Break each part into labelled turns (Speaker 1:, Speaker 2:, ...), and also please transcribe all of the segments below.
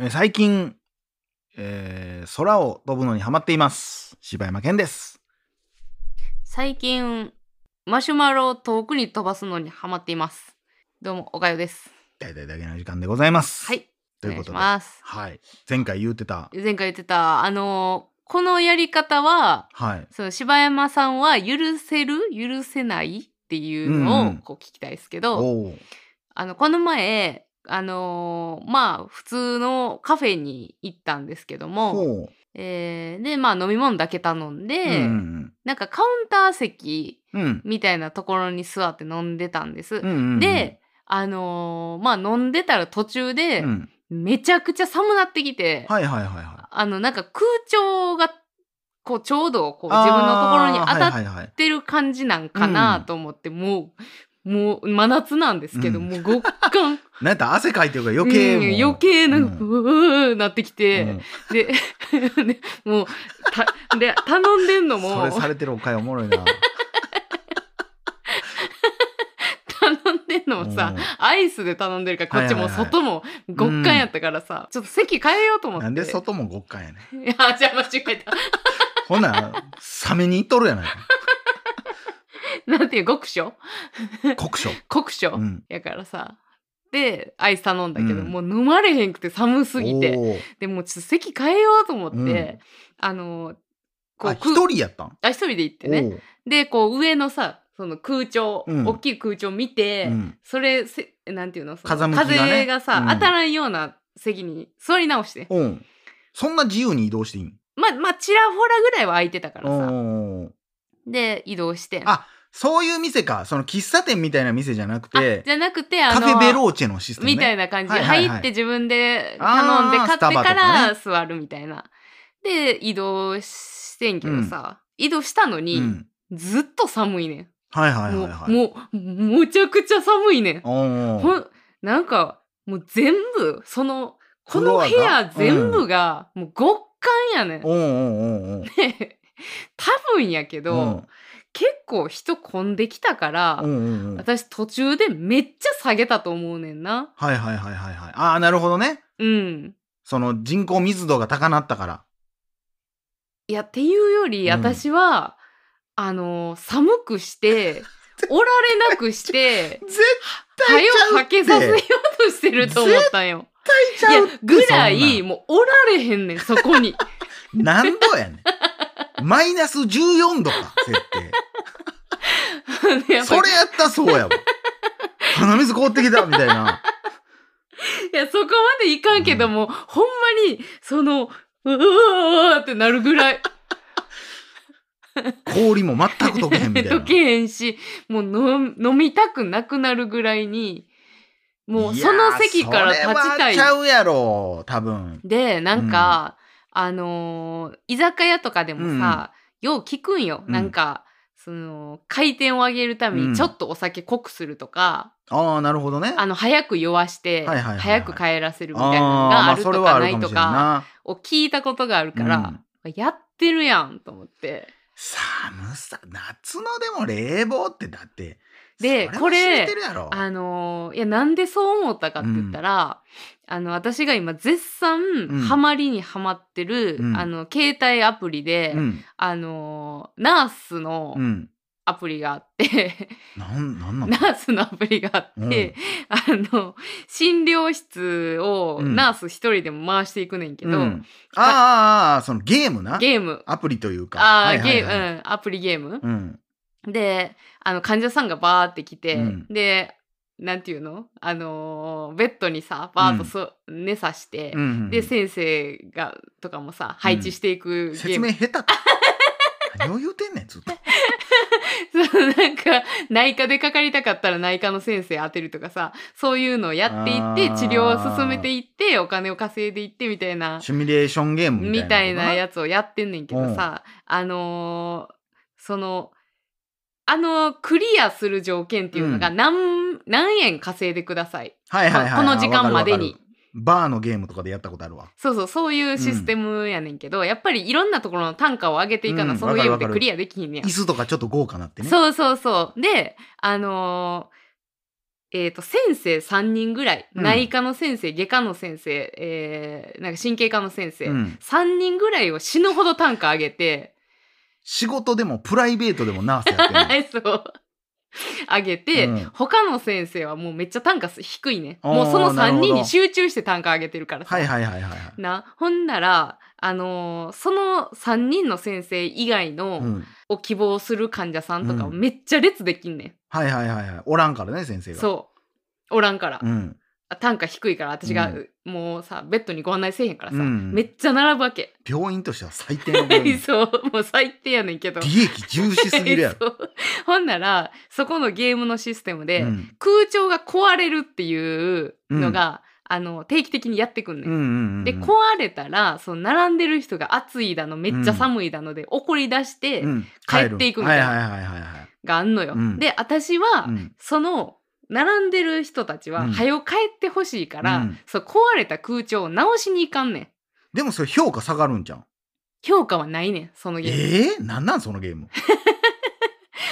Speaker 1: えー最近、えー空を飛ぶのにハマっています。柴山健です。
Speaker 2: 最近、マシュマロを遠くに飛ばすのにハマっています。どうも、おかよです。
Speaker 1: 大体だけの時間でございます。
Speaker 2: はい。
Speaker 1: というこ
Speaker 2: お願いし
Speaker 1: とで、
Speaker 2: ます。
Speaker 1: はい。前回言うてた、
Speaker 2: 前回言ってた、あのーこのやり方は、
Speaker 1: はい。
Speaker 2: その柴山さんは許せる許せないってい
Speaker 1: う
Speaker 2: う
Speaker 1: ん
Speaker 2: の
Speaker 1: うん
Speaker 2: をこう聞きたいですけど、
Speaker 1: おー
Speaker 2: あの、この前、あのーまあ、普通のカフェに行ったんですけども、
Speaker 1: ほう。
Speaker 2: えーで、まあ、飲み物だけ頼んで、
Speaker 1: うん
Speaker 2: なんかカウンター席
Speaker 1: うんうん。うん
Speaker 2: みたいなところに座って飲んでたんです。
Speaker 1: うんうんうん、
Speaker 2: で、あのーまあ飲んでたら途中で、
Speaker 1: うん、
Speaker 2: めちゃくちゃ寒なってきて、
Speaker 1: はいはいはいはい。
Speaker 2: あのなんか空調がこうちょうどこう自分のところに当た
Speaker 1: あーは
Speaker 2: っ
Speaker 1: いはいはい
Speaker 2: てる感じなんかなと思って、もうもう真夏なんですけど、
Speaker 1: うん
Speaker 2: もう極寒
Speaker 1: なんやったら汗かいてる から余計もう、
Speaker 2: うん余計なんか、
Speaker 1: う
Speaker 2: うんーなってきて、
Speaker 1: うん
Speaker 2: で でもうたで頼んでんの
Speaker 1: そ
Speaker 2: も
Speaker 1: れされてるおかいおもろい な。
Speaker 2: 頼んでんのもさ、
Speaker 1: う
Speaker 2: アイスで頼んでるからこっちも
Speaker 1: は
Speaker 2: う
Speaker 1: いはいはい
Speaker 2: 外も極寒やったからさ、ちょっと席変えようと思
Speaker 1: ん
Speaker 2: って
Speaker 1: なんで外も極寒やねん。
Speaker 2: いやじゃあ間違えた
Speaker 1: ほな、 サメにいっとるやないか。
Speaker 2: なんていう極暑
Speaker 1: 酷 暑。
Speaker 2: 酷暑、
Speaker 1: うん。
Speaker 2: やからさでアイス頼んだけど、
Speaker 1: うん
Speaker 2: もう飲まれへんくて寒すぎて
Speaker 1: おー
Speaker 2: でもうちょっと席変えようと思って、
Speaker 1: うん
Speaker 2: あのこ
Speaker 1: あ、
Speaker 2: う
Speaker 1: 一
Speaker 2: く
Speaker 1: 人やったん
Speaker 2: あ一人で行ってね
Speaker 1: おー
Speaker 2: でこう上のさその空調、
Speaker 1: うん
Speaker 2: 大きい空調見て、
Speaker 1: うん
Speaker 2: それせなんていうのその
Speaker 1: 風向きがね
Speaker 2: 風がさ、
Speaker 1: うん
Speaker 2: 当たらんような席に座り直して
Speaker 1: うん。そんな自由に移動していいん
Speaker 2: まあまあちらほらぐらいは空いてたからさ
Speaker 1: おー
Speaker 2: で移動して
Speaker 1: あそういう店か。その喫茶店みたいな店じゃなくて
Speaker 2: あ、じゃなくてあ
Speaker 1: カ
Speaker 2: の
Speaker 1: フェベローチェのシステム、ね。
Speaker 2: みたいな感じ、
Speaker 1: はいはいはい
Speaker 2: 入って自分で頼んで
Speaker 1: あー
Speaker 2: 買って
Speaker 1: スタバとか
Speaker 2: か
Speaker 1: ね
Speaker 2: ら座るみたいな。で移動してんけどさ、移動したのに、
Speaker 1: うん。
Speaker 2: ずっと寒いね
Speaker 1: はいは
Speaker 2: ん、
Speaker 1: い
Speaker 2: も
Speaker 1: は
Speaker 2: う
Speaker 1: いはい。
Speaker 2: もうむちゃくちゃ寒いねん。
Speaker 1: お
Speaker 2: ほ
Speaker 1: ー
Speaker 2: んなんかもう全部そのこの部
Speaker 1: フロア
Speaker 2: 屋
Speaker 1: が
Speaker 2: 全部が、もう極寒やねん
Speaker 1: おー。おーおーおー
Speaker 2: で 多分やけど、
Speaker 1: うん
Speaker 2: 結構人混んできたから、
Speaker 1: うんうんうん
Speaker 2: 私途中でめっちゃ下げたと思うねんな。
Speaker 1: はいはいはいはいはい。ああ、なるほどね。
Speaker 2: うん。
Speaker 1: その人口密度が高なったから。
Speaker 2: いやっていうよ
Speaker 1: うん
Speaker 2: り私は、あのー寒くして おられなくして
Speaker 1: 絶
Speaker 2: 早
Speaker 1: 対ちゃ
Speaker 2: を
Speaker 1: う
Speaker 2: はけさせようとしてると思ったんよ。
Speaker 1: 対ち
Speaker 2: いや
Speaker 1: ゃうって
Speaker 2: ぐ ら
Speaker 1: そんなん
Speaker 2: いもうおられへんねんそこに。
Speaker 1: 何度やねん。マイナス14度か、設
Speaker 2: で
Speaker 1: 定。
Speaker 2: やっぱ
Speaker 1: それやったらそう やわ。鼻水凍ってきたみたいな。
Speaker 2: いやそこまでいかんけども、ほんまにそのうわーってなるぐらい
Speaker 1: 氷も全く溶けへんみたいな。
Speaker 2: 溶けへんしもうの飲みたくなくなるぐらいにもういその席から立ちた
Speaker 1: いやーそれはいち。ゃうやろ、多分。
Speaker 2: でなんか、あのー居酒屋とかでもさ、よう聞くんよ、
Speaker 1: うん
Speaker 2: なんかその回転を上げるため
Speaker 1: うん
Speaker 2: にちょっとお酒濃くするとか、
Speaker 1: ああ、なるほどね。
Speaker 2: あの早く酔わして、
Speaker 1: はいはいはいはい
Speaker 2: 早く帰らせるみ
Speaker 1: あ
Speaker 2: たいな
Speaker 1: ー
Speaker 2: の
Speaker 1: ま
Speaker 2: があ
Speaker 1: あ
Speaker 2: る
Speaker 1: そ
Speaker 2: と
Speaker 1: れは
Speaker 2: か
Speaker 1: あ
Speaker 2: な
Speaker 1: る
Speaker 2: い
Speaker 1: かも
Speaker 2: と
Speaker 1: しれん
Speaker 2: か
Speaker 1: な。
Speaker 2: を聞いたことがあるから、やってるやんと思って
Speaker 1: 寒さ、夏のでも冷房ってだって。
Speaker 2: で
Speaker 1: そは知れ
Speaker 2: これ
Speaker 1: てるやろ
Speaker 2: あのーいやなんでそう思ったかって言ったら、あの私が今絶賛
Speaker 1: うん
Speaker 2: ハマりにハマってる、
Speaker 1: うん
Speaker 2: あの携帯アプリで、
Speaker 1: うん。
Speaker 2: あのーナースの、
Speaker 1: うん。
Speaker 2: アプリがあって、
Speaker 1: なん、なんなの
Speaker 2: ナースのアプリがあって、あの診療室を
Speaker 1: うん
Speaker 2: ナース一人でも回していくねんけど、
Speaker 1: うん、あーあーあーそのゲームな
Speaker 2: ゲーム
Speaker 1: アプリというか
Speaker 2: あー、
Speaker 1: はいはい
Speaker 2: ゲ
Speaker 1: はい
Speaker 2: ーム、うん、アプリゲーム、
Speaker 1: うん
Speaker 2: であの患者さんがバーって来て、
Speaker 1: うん
Speaker 2: でなんていうのあのーベッドにさバーっとそ、寝さして、
Speaker 1: うんうん
Speaker 2: で先生がとかもさ配置していくゲ
Speaker 1: 説
Speaker 2: ーム、
Speaker 1: 明下手か何を言うてんねんずっと
Speaker 2: そうなんか内科でかかりたかったら内科の先生当てるとかさそういうのをやっていっ
Speaker 1: あー
Speaker 2: て治療を進めていってお金を稼いでいってみたいな
Speaker 1: シミュレーションゲームみ
Speaker 2: み
Speaker 1: た
Speaker 2: た
Speaker 1: い
Speaker 2: い
Speaker 1: な
Speaker 2: なやつをやってんねんけどさ、あのーそのあのクリアする条件っていうのが
Speaker 1: う
Speaker 2: 何,、何円稼いでください
Speaker 1: はいはいはい
Speaker 2: この時間までに
Speaker 1: わかるわかるバーのゲームとかでやったことあるわ
Speaker 2: そうそうそういうシステムやねんけど、やっぱりいろんなところの単価を上げていかな、
Speaker 1: うん
Speaker 2: そのゲーム
Speaker 1: わかる
Speaker 2: で
Speaker 1: わかる
Speaker 2: クリアできひんねや
Speaker 1: 椅子とかちょっと豪華なってね
Speaker 2: そうそうそう。で、あのえー、と先生3人ぐらい、
Speaker 1: うん
Speaker 2: 内科の先生外科の先生、えーなんか神経科の先生、
Speaker 1: うん
Speaker 2: 3人ぐらいを死ぬほど単価上げて、
Speaker 1: 仕事でもプライベートでもナースやってる
Speaker 2: はい そう上げて、
Speaker 1: うん
Speaker 2: 他の先生はもうめっちゃ単価低いね
Speaker 1: あー
Speaker 2: もうその3
Speaker 1: なる
Speaker 2: 人
Speaker 1: ほ
Speaker 2: に
Speaker 1: ど
Speaker 2: 集中して単価上げてるからさ、
Speaker 1: はいはいはいはいはい。
Speaker 2: なほんならあのーその3人の先生以外の、
Speaker 1: うん
Speaker 2: を希望する患者さんとかを
Speaker 1: うん
Speaker 2: めっちゃ列できんね
Speaker 1: はいはいはいはい。おらんからね、先生
Speaker 2: ん、
Speaker 1: が。
Speaker 2: そうおらんから、
Speaker 1: うん。
Speaker 2: あ単価低いから私が、
Speaker 1: う
Speaker 2: もうさベッドにご案内せえへんからさ、
Speaker 1: うん
Speaker 2: めっちゃ並ぶわけ、
Speaker 1: 病院としては最低の病院。
Speaker 2: そうもう最低やねんけど
Speaker 1: 利益重視すぎるやろ。
Speaker 2: そうほんならそこのゲームのシステムで、
Speaker 1: うん
Speaker 2: 空調が壊れるっていうのが、あの定期的にやってくんねん、
Speaker 1: うんうんうん。
Speaker 2: で壊れたらその並んでる人が暑いだのめっちゃ寒いだので、怒り出して
Speaker 1: うん
Speaker 2: 帰っていくみたいな
Speaker 1: はいはいはいはいはい。
Speaker 2: があんのよ。
Speaker 1: うん
Speaker 2: で私は、
Speaker 1: うん
Speaker 2: その並んでる人たちは、
Speaker 1: うん
Speaker 2: 早く帰ってほしいから、
Speaker 1: うん
Speaker 2: そう壊れた空調を直しに行かんねん。
Speaker 1: でもそれ評価下がるんじゃん。
Speaker 2: 評価はないねんそのゲーム、
Speaker 1: ええなんなんそのゲーム。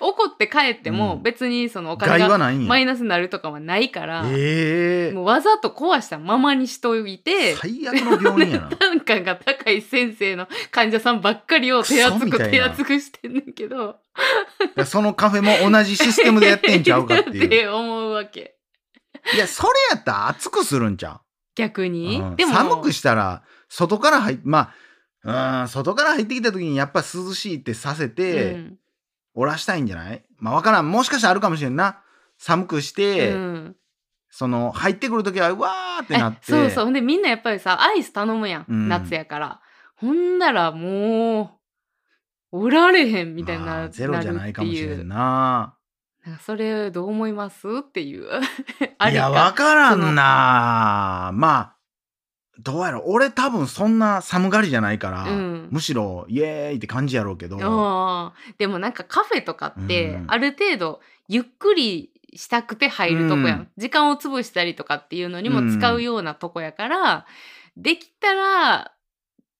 Speaker 2: 怒って帰っても、
Speaker 1: うん
Speaker 2: 別にそのお金
Speaker 1: 害
Speaker 2: が
Speaker 1: はないんや
Speaker 2: マ。イナスになるとかはないから、
Speaker 1: ええ
Speaker 2: もうわざと壊したままにしといて
Speaker 1: 最悪の病院やな。
Speaker 2: 単価が高い先生の患者さんばっかりを手厚
Speaker 1: クソみた
Speaker 2: く
Speaker 1: いな
Speaker 2: 手厚くしてんねんけど
Speaker 1: いやそのカフェも同じシステムでやってんちゃうかってい
Speaker 2: っ
Speaker 1: う。
Speaker 2: て思うわけ
Speaker 1: いや、それやったら暑くするんちゃ
Speaker 2: 逆
Speaker 1: う、
Speaker 2: に、
Speaker 1: うん
Speaker 2: でも
Speaker 1: 寒くしたら、外から入っまあ、うん、外から入ってきた時にやっぱ涼しいってさせ
Speaker 2: う
Speaker 1: て、
Speaker 2: ん
Speaker 1: おらしたいんじゃないまあわからん。もしかしたらあるかもしれんな。寒くして、
Speaker 2: うん
Speaker 1: その、入ってくる時は、うわーってなって。
Speaker 2: そうそうほんでみんなやっぱりさアイス頼むやん、
Speaker 1: うん
Speaker 2: 夏やからほんならもうおられへんみたいな、
Speaker 1: まあゼロじゃないかもしれ
Speaker 2: るって
Speaker 1: ん
Speaker 2: いう
Speaker 1: な。
Speaker 2: なんかそれどう思いますっていう あ
Speaker 1: い
Speaker 2: り
Speaker 1: や、わからんな。まあ、どうやろう。俺多分そんな寒がりじゃないから、
Speaker 2: うん
Speaker 1: むしろ、イエーイって感じやろうけど。
Speaker 2: あーでもなんかカフェとかって、
Speaker 1: うん
Speaker 2: ある程度ゆっくりしたくて入るとこやん、
Speaker 1: うん
Speaker 2: 時間を潰したりとかっていうのにも使うようなとこやから、できたら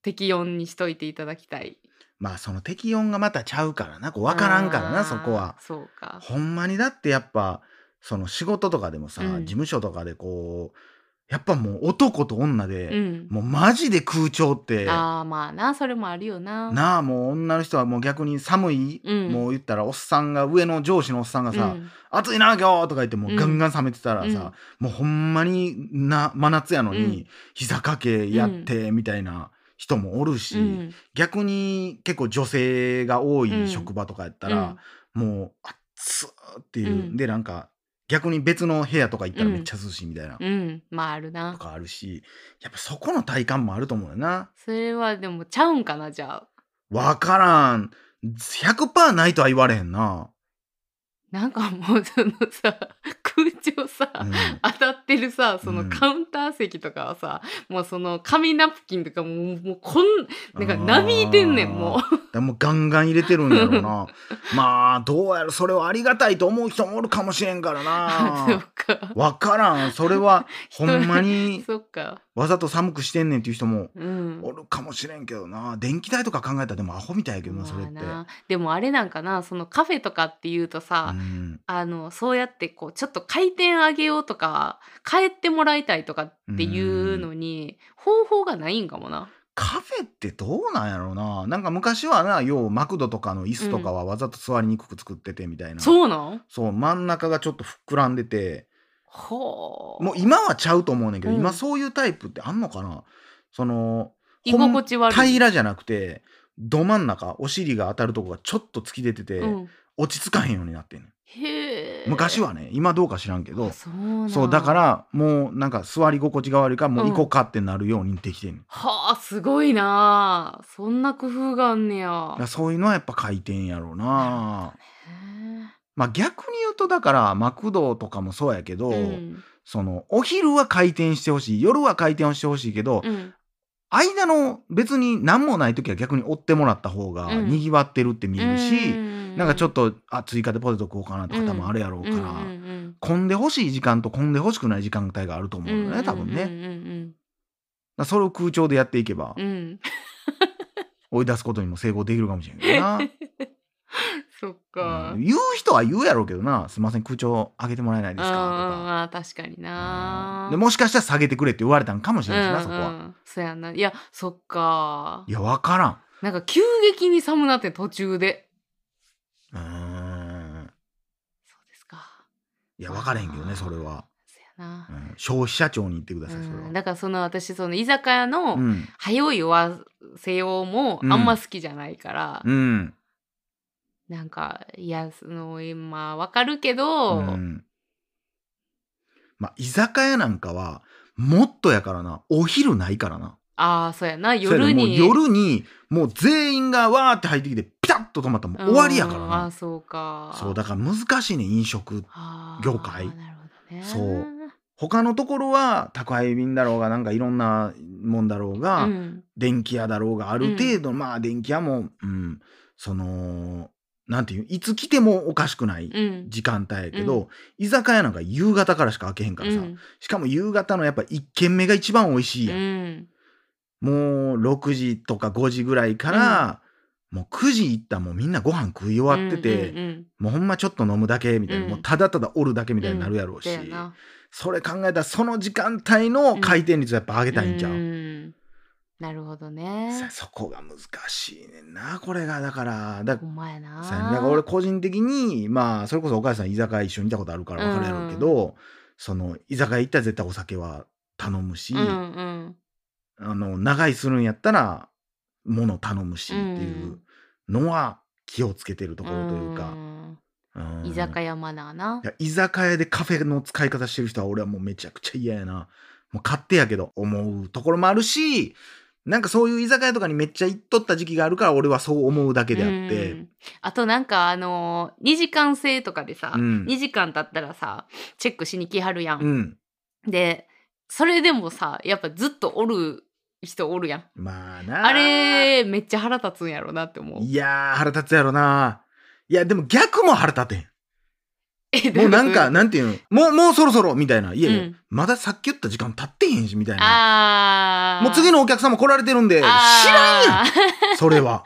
Speaker 2: 適温にしといていただきたい
Speaker 1: まあその適温がまたちゃうからなこう分からんから
Speaker 2: あ
Speaker 1: な
Speaker 2: ー
Speaker 1: そこは。
Speaker 2: そうか
Speaker 1: ほんまにだってやっぱその仕事とかでもさ、
Speaker 2: うん
Speaker 1: 事務所とかでこうやっぱもう男と女
Speaker 2: う
Speaker 1: で、
Speaker 2: ん
Speaker 1: もうマジで空調ってな
Speaker 2: ああまあなそれもあるよな。
Speaker 1: あもう女の人はもう逆に寒い、
Speaker 2: うん
Speaker 1: もう言ったらおっさんが上の上司のおっさんがさ「
Speaker 2: うん
Speaker 1: 暑いな今日!」とか言っても
Speaker 2: う
Speaker 1: うんガンガン冷めてたらさ、もうほんまにな真夏やのに、
Speaker 2: うん
Speaker 1: 膝掛けやってみたいな人もおるし。
Speaker 2: うん
Speaker 1: 逆に結構女性が多
Speaker 2: うん
Speaker 1: い職場とかやったら、もうあっつーっていう、
Speaker 2: うん
Speaker 1: でなんか逆に別の部屋とか行ったらめっちゃ涼しいみたいな、
Speaker 2: うん、うん、まああるな
Speaker 1: と。かあるしやっぱそこの体感もあると思うよな
Speaker 2: それはでもちゃうんかなじゃあ。
Speaker 1: 分からん100%ないとは言われへん な、
Speaker 2: なんかもうそのさ 空調さ、
Speaker 1: うん、
Speaker 2: 当たってるさそうの
Speaker 1: ん
Speaker 2: カウンター席とかはさ、もうその紙ナプキンとかもうもうこんなんか
Speaker 1: あー
Speaker 2: なびいてんねんもう
Speaker 1: だからもうガンガン入れてるんやろう なまあどうやらそれをありがたいと思う人もおるかもしれんから
Speaker 2: そう
Speaker 1: な
Speaker 2: か
Speaker 1: 分からんそれ はほんまに
Speaker 2: そっか
Speaker 1: わざと寒くしてんねんっていう人も
Speaker 2: うん
Speaker 1: おるかもしれんけどな電気代とか考えたらでもアホみたいやけどなそれって、
Speaker 2: まあなでもあれなんかなそのカフェとかっていうとさ、
Speaker 1: うん
Speaker 2: あのそうやってこうちょっと回転上げようとか帰ってもらいたいとかっていうのに方法がないんかもな。
Speaker 1: カフェってどうなんやろうななんか昔はなようマクドとかの椅子とかはわざと座りにくく作っててみたいな、
Speaker 2: そうなん
Speaker 1: そう真ん中がちょっと膨らんでて
Speaker 2: ほう
Speaker 1: もう今はちゃうと思うねんけど、
Speaker 2: うん
Speaker 1: 今そういうタイプってあんのかなその
Speaker 2: 居心地悪い。
Speaker 1: ほん平らじゃなくてど真ん中お尻が当たるとこがちょっと突き出てて、
Speaker 2: うん、
Speaker 1: 落ち着かへんようになってんねん
Speaker 2: へえ。
Speaker 1: 昔はね今どうか知らんけど
Speaker 2: あそうなん
Speaker 1: そうだからもうなんか座り心地が悪いからもう
Speaker 2: うん
Speaker 1: 行こうかってなるようにできてんねん、
Speaker 2: はあすごいなあそんな工夫があんねや
Speaker 1: だから。そういうのはやっぱ回転やろうな
Speaker 2: へえ
Speaker 1: まあ逆に言うとだからマクドとかもそうやけど、
Speaker 2: うん
Speaker 1: そのお昼は回転してほしい夜は回転をしてほしいけど、
Speaker 2: うん
Speaker 1: 間の別に何もない時は逆に追ってもらった方が
Speaker 2: うん
Speaker 1: にぎわってるって見えるし、
Speaker 2: うん
Speaker 1: なんかちょっとあ追加でポテト食おうかなとか多分あるやろうから、
Speaker 2: うんうん
Speaker 1: 混んでほしい時間と混んでほしくない時間帯があると思う
Speaker 2: うん
Speaker 1: のね、多分ね。だ
Speaker 2: う
Speaker 1: か
Speaker 2: んうん
Speaker 1: らそれを空調でやっていけば
Speaker 2: うんうん、
Speaker 1: 追い出すことにも成功できるかもしれんけどな。
Speaker 2: そっか。
Speaker 1: うん言う人は言うやろうけどな「すいません空調上げてもらえないですか」とか。
Speaker 2: ああ確かにな
Speaker 1: うんでもしかしたら下げてくれって言われたんかもし
Speaker 2: うん
Speaker 1: れ
Speaker 2: う
Speaker 1: ないしな、そ
Speaker 2: ん
Speaker 1: こは。
Speaker 2: そやないやそっか
Speaker 1: いや、わからん。
Speaker 2: なんか急激に寒なって途中で
Speaker 1: うーん。
Speaker 2: そうですか
Speaker 1: いや、わからへんけどね、それは。
Speaker 2: そやな
Speaker 1: う、ん消費者庁に言ってください、それ
Speaker 2: う
Speaker 1: は
Speaker 2: ん。だからその私その居酒屋の、
Speaker 1: うん。
Speaker 2: 早い終わせようも
Speaker 1: うん
Speaker 2: あんま好きじゃないから、
Speaker 1: うん。
Speaker 2: なんかいやその今わかるけど、
Speaker 1: うんまあ、居酒屋なんかは、もっとやからな、お昼ないからな。
Speaker 2: ああそうやな
Speaker 1: そう
Speaker 2: 夜
Speaker 1: やねもう
Speaker 2: に
Speaker 1: 夜に、もう全員がわーって入ってきて、ピタッと止まったらもう終わりやから
Speaker 2: うんああ
Speaker 1: な。
Speaker 2: そうか
Speaker 1: そう、だから難しいね、飲食
Speaker 2: あー
Speaker 1: 業界
Speaker 2: なるほどね
Speaker 1: そう他のところは宅配便だろうがなんかいろんなもんだろうが、
Speaker 2: うん
Speaker 1: 電気屋だろうがある程度、まあ電気屋も、うん、そのなんていういつ来てもおかしくない
Speaker 2: うん
Speaker 1: 時間帯やけど、
Speaker 2: う
Speaker 1: 居酒屋なんか夕方からしか開けへんからさ、
Speaker 2: うん
Speaker 1: しかも夕方のやっぱ1軒目が一番美味しいやん、
Speaker 2: うん
Speaker 1: もう6時とか5時ぐらいから、もう9時行ったらもうみんなご飯食い終わってて、
Speaker 2: うんうんうん
Speaker 1: もうほんまちょっと飲むだけみたいな、
Speaker 2: うん
Speaker 1: もうただただおるだけみたいになるやろうし。
Speaker 2: だよな
Speaker 1: それ考えたらその時間帯の回転率をやっぱ上げたいんちゃう、
Speaker 2: うんなるほどね
Speaker 1: さそこが難しいねんなこれがだからだ
Speaker 2: ほんまやな
Speaker 1: さだから俺個人的にまあそれこそお母さん居酒屋一緒にいたことあるから分かるやろうけど、その居酒屋行ったら絶対お酒は頼むし、
Speaker 2: うんうん
Speaker 1: あの長居するんやったら物頼むしっていうのは気をつけてるところというか、
Speaker 2: ん
Speaker 1: うん
Speaker 2: 居酒屋マナーない
Speaker 1: や居酒屋でカフェの使い方してる人は俺はもうめちゃくちゃ嫌やな。もう勝手やけど思うところもあるし、なんかそういう居酒屋とかにめっちゃ行っとった時期があるから俺はそう思うだけであって。
Speaker 2: うんあとなんかあのー、2時間制とかでさ、
Speaker 1: うん
Speaker 2: 2時間経ったらさチェックしに来はるやん、
Speaker 1: うん。
Speaker 2: でそれでもさやっぱずっとおる人おるやん
Speaker 1: まあな。
Speaker 2: あれめっちゃ腹立つんやろなって思う
Speaker 1: いやー腹立つやろな。いやでも逆も腹立てん。
Speaker 2: え
Speaker 1: もうなん
Speaker 2: どい
Speaker 1: か、なんていうのもう、もうそろそろみたいな。いやいや、
Speaker 2: うん
Speaker 1: まださっき言った時間経ってへんしみたいな。
Speaker 2: あー
Speaker 1: もう次のお客様来られてるんで、知らんやん
Speaker 2: あー
Speaker 1: それは。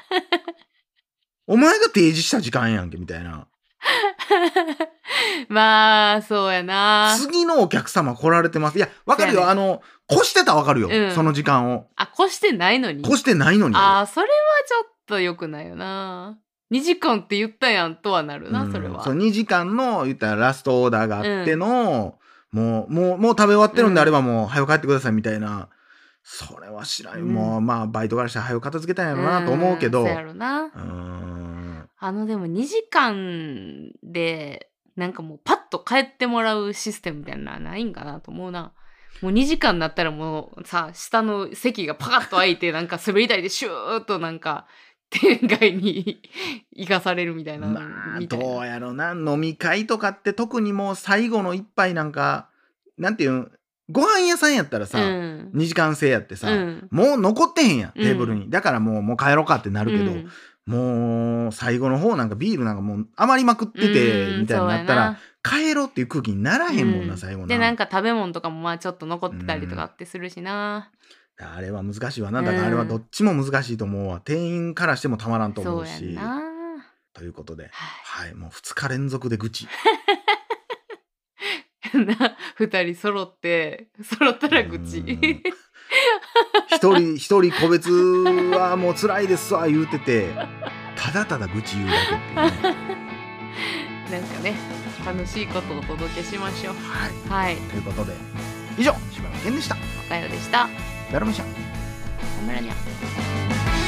Speaker 1: お前が提示した時間やんけみたいな。
Speaker 2: まあそうやな
Speaker 1: 次のお客様来られてます。いや、わかる
Speaker 2: そう
Speaker 1: よ。
Speaker 2: やね
Speaker 1: あの、越してたらわかるよ、
Speaker 2: うん
Speaker 1: その時間を。
Speaker 2: あ越してないのに
Speaker 1: 越してないのに。
Speaker 2: あーそれはちょっと良くないよな2時間って言ったやんとはなるな、
Speaker 1: うん
Speaker 2: それは
Speaker 1: そう、2時間の、言ったらラストオーダーがあっての、もう、もう、もう食べ終わってるんであればもう、早く帰ってくださいみたいな。それは知らんよ。
Speaker 2: うん
Speaker 1: もう、まあ、バイトからしたら早く片付けたんやろなと思うけど。
Speaker 2: ん
Speaker 1: う
Speaker 2: そうやろな
Speaker 1: ーん。
Speaker 2: あのでも2時間でなんかもうパッと帰ってもらうシステムみたいなのないんかなと思うなもう2時間になったらもうさ下の席がパカッと開いてなんか滑り台でシューッとなんか天外に行かされるみたいな
Speaker 1: まあ、
Speaker 2: みたいな
Speaker 1: どうやろな。飲み会とかって特にもう最後の一杯なんか、なんていうん、ご飯屋さんやったらさ、
Speaker 2: うん
Speaker 1: 2時間制やってさ、
Speaker 2: うん
Speaker 1: もう残ってへんやん、
Speaker 2: うん
Speaker 1: テーブルに。だからもう、もう帰ろうかってなるけど、
Speaker 2: うん
Speaker 1: もう、最後の方なんかビールなんかもう余りまくってて、
Speaker 2: うん
Speaker 1: みたいになった
Speaker 2: そうや
Speaker 1: ら、帰ろうっていう空気にならへんもんな、
Speaker 2: う
Speaker 1: 最後な。
Speaker 2: でなんか食べ物とかもまあちょっと残ってたりとかってするしな、
Speaker 1: あれは難しいわな。
Speaker 2: うん
Speaker 1: だからあれはどっちも難しいと思うわ。店員からしてもたまらんと
Speaker 2: そ
Speaker 1: 思
Speaker 2: う
Speaker 1: う
Speaker 2: や
Speaker 1: し
Speaker 2: ん。な
Speaker 1: ということで、
Speaker 2: は
Speaker 1: は
Speaker 2: い
Speaker 1: い、もう2日連続で愚痴。
Speaker 2: な二人揃って揃ったら愚痴
Speaker 1: うん一人、一人個別はもう辛いですわ、言うてて、ただただ愚痴言うだけっていうね。
Speaker 2: なんかね楽しいことをお届けしましょう
Speaker 1: はい。
Speaker 2: はい
Speaker 1: ということで以上柴山健でした
Speaker 2: おかよでした
Speaker 1: ダルマ社
Speaker 2: 小村にゃん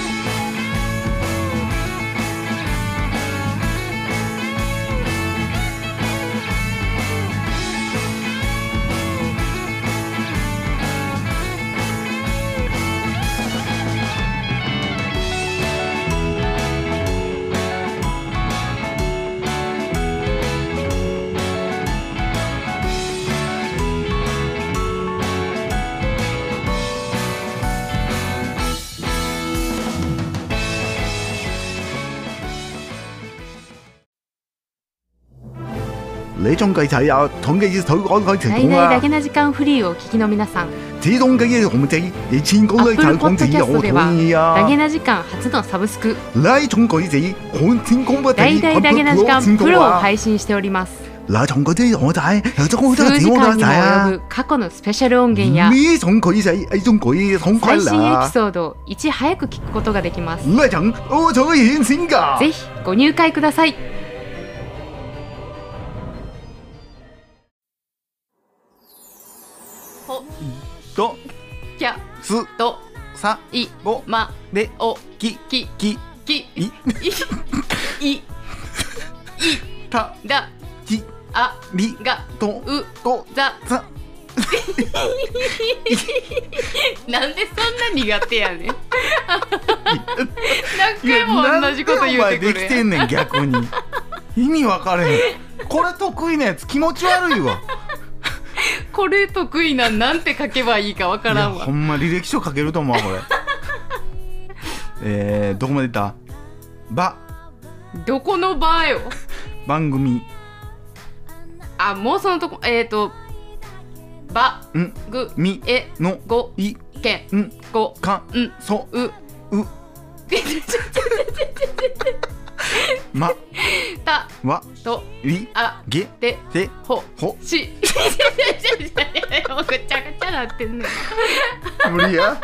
Speaker 3: 「
Speaker 1: 내정가이사야 정계지 서울가이사
Speaker 2: 最大だけな時間フリーをお聞きの皆さん
Speaker 1: 지동가이의 공짜이 예친공가이
Speaker 2: 앞으로
Speaker 1: 장공지야
Speaker 2: 팟캐스트대와
Speaker 1: 오동이야
Speaker 2: だげな時間初のサブスク
Speaker 1: 라이종거이제이 공진공보
Speaker 2: 大々だげな時間プロを
Speaker 1: 진공와
Speaker 2: 配信しております
Speaker 1: 라정거이 어다이 여정거이자
Speaker 2: 数時間にも
Speaker 1: 대원하자야
Speaker 2: 及ぶ過去のスペシャル音源や
Speaker 1: 미종거이제이 아이종거이
Speaker 2: 最新エ
Speaker 1: 성과라
Speaker 2: ピソードをいち早く聞くことができます
Speaker 1: 라정 오정의 인생가
Speaker 2: ぜひご入会くださいほ
Speaker 1: 또
Speaker 2: きゃ
Speaker 1: す
Speaker 2: と
Speaker 1: さ
Speaker 2: い
Speaker 1: ぼ
Speaker 2: ま
Speaker 1: で
Speaker 2: お
Speaker 1: き
Speaker 2: き
Speaker 1: き
Speaker 2: き
Speaker 1: い
Speaker 2: いい
Speaker 1: た
Speaker 2: だ
Speaker 1: き
Speaker 2: あ
Speaker 1: り
Speaker 2: が
Speaker 1: と
Speaker 2: う
Speaker 1: と
Speaker 2: ざ
Speaker 1: さ
Speaker 2: なんでそんな苦手やねん何回も同じこと言うてく
Speaker 1: なんでお前で
Speaker 2: る
Speaker 1: き
Speaker 2: や
Speaker 1: て
Speaker 2: ん
Speaker 1: んねん逆に意味分かれへんこれ得意なやつ気持ち悪いわ
Speaker 2: これ得意なんなんて書けばいいかわから
Speaker 1: い
Speaker 2: ん
Speaker 1: や
Speaker 2: わ
Speaker 1: ほんま履歴書書けると思うわこ れえー、どこまでいったば
Speaker 2: どこの場よ
Speaker 1: 番組
Speaker 2: あもうそのとこえっ、ー、とば
Speaker 1: ん
Speaker 2: ぐ
Speaker 1: み
Speaker 2: え
Speaker 1: の
Speaker 2: ご
Speaker 1: い
Speaker 2: けん
Speaker 1: ん
Speaker 2: ご
Speaker 1: か
Speaker 2: うん
Speaker 1: そううま
Speaker 2: た
Speaker 1: わ
Speaker 2: と
Speaker 1: り
Speaker 2: あ
Speaker 1: げ
Speaker 2: で
Speaker 1: て
Speaker 2: ほ
Speaker 1: ほ
Speaker 2: し ぐちゃぐちゃなってんねん
Speaker 1: 無理 や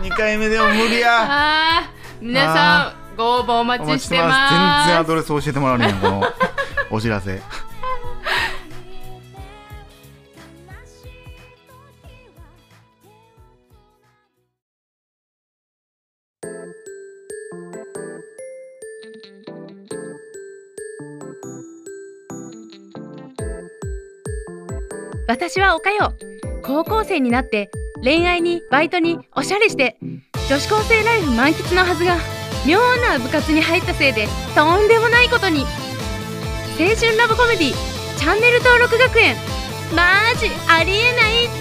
Speaker 1: 2回目でも無理や
Speaker 2: あー皆さんご応募お待
Speaker 1: お
Speaker 2: ち
Speaker 1: 待ち
Speaker 2: し
Speaker 1: しててます全然
Speaker 2: ま
Speaker 1: ア
Speaker 2: す
Speaker 1: ドレス教えてもらうねんこのお知らせ
Speaker 3: 私はおかよ高校生になって恋愛にバイトにおしゃれして女子高生ライフ満喫のはずが妙な部活に入ったせいでとんでもないことに青春ラブコメディチャンネル登録学園マジありえない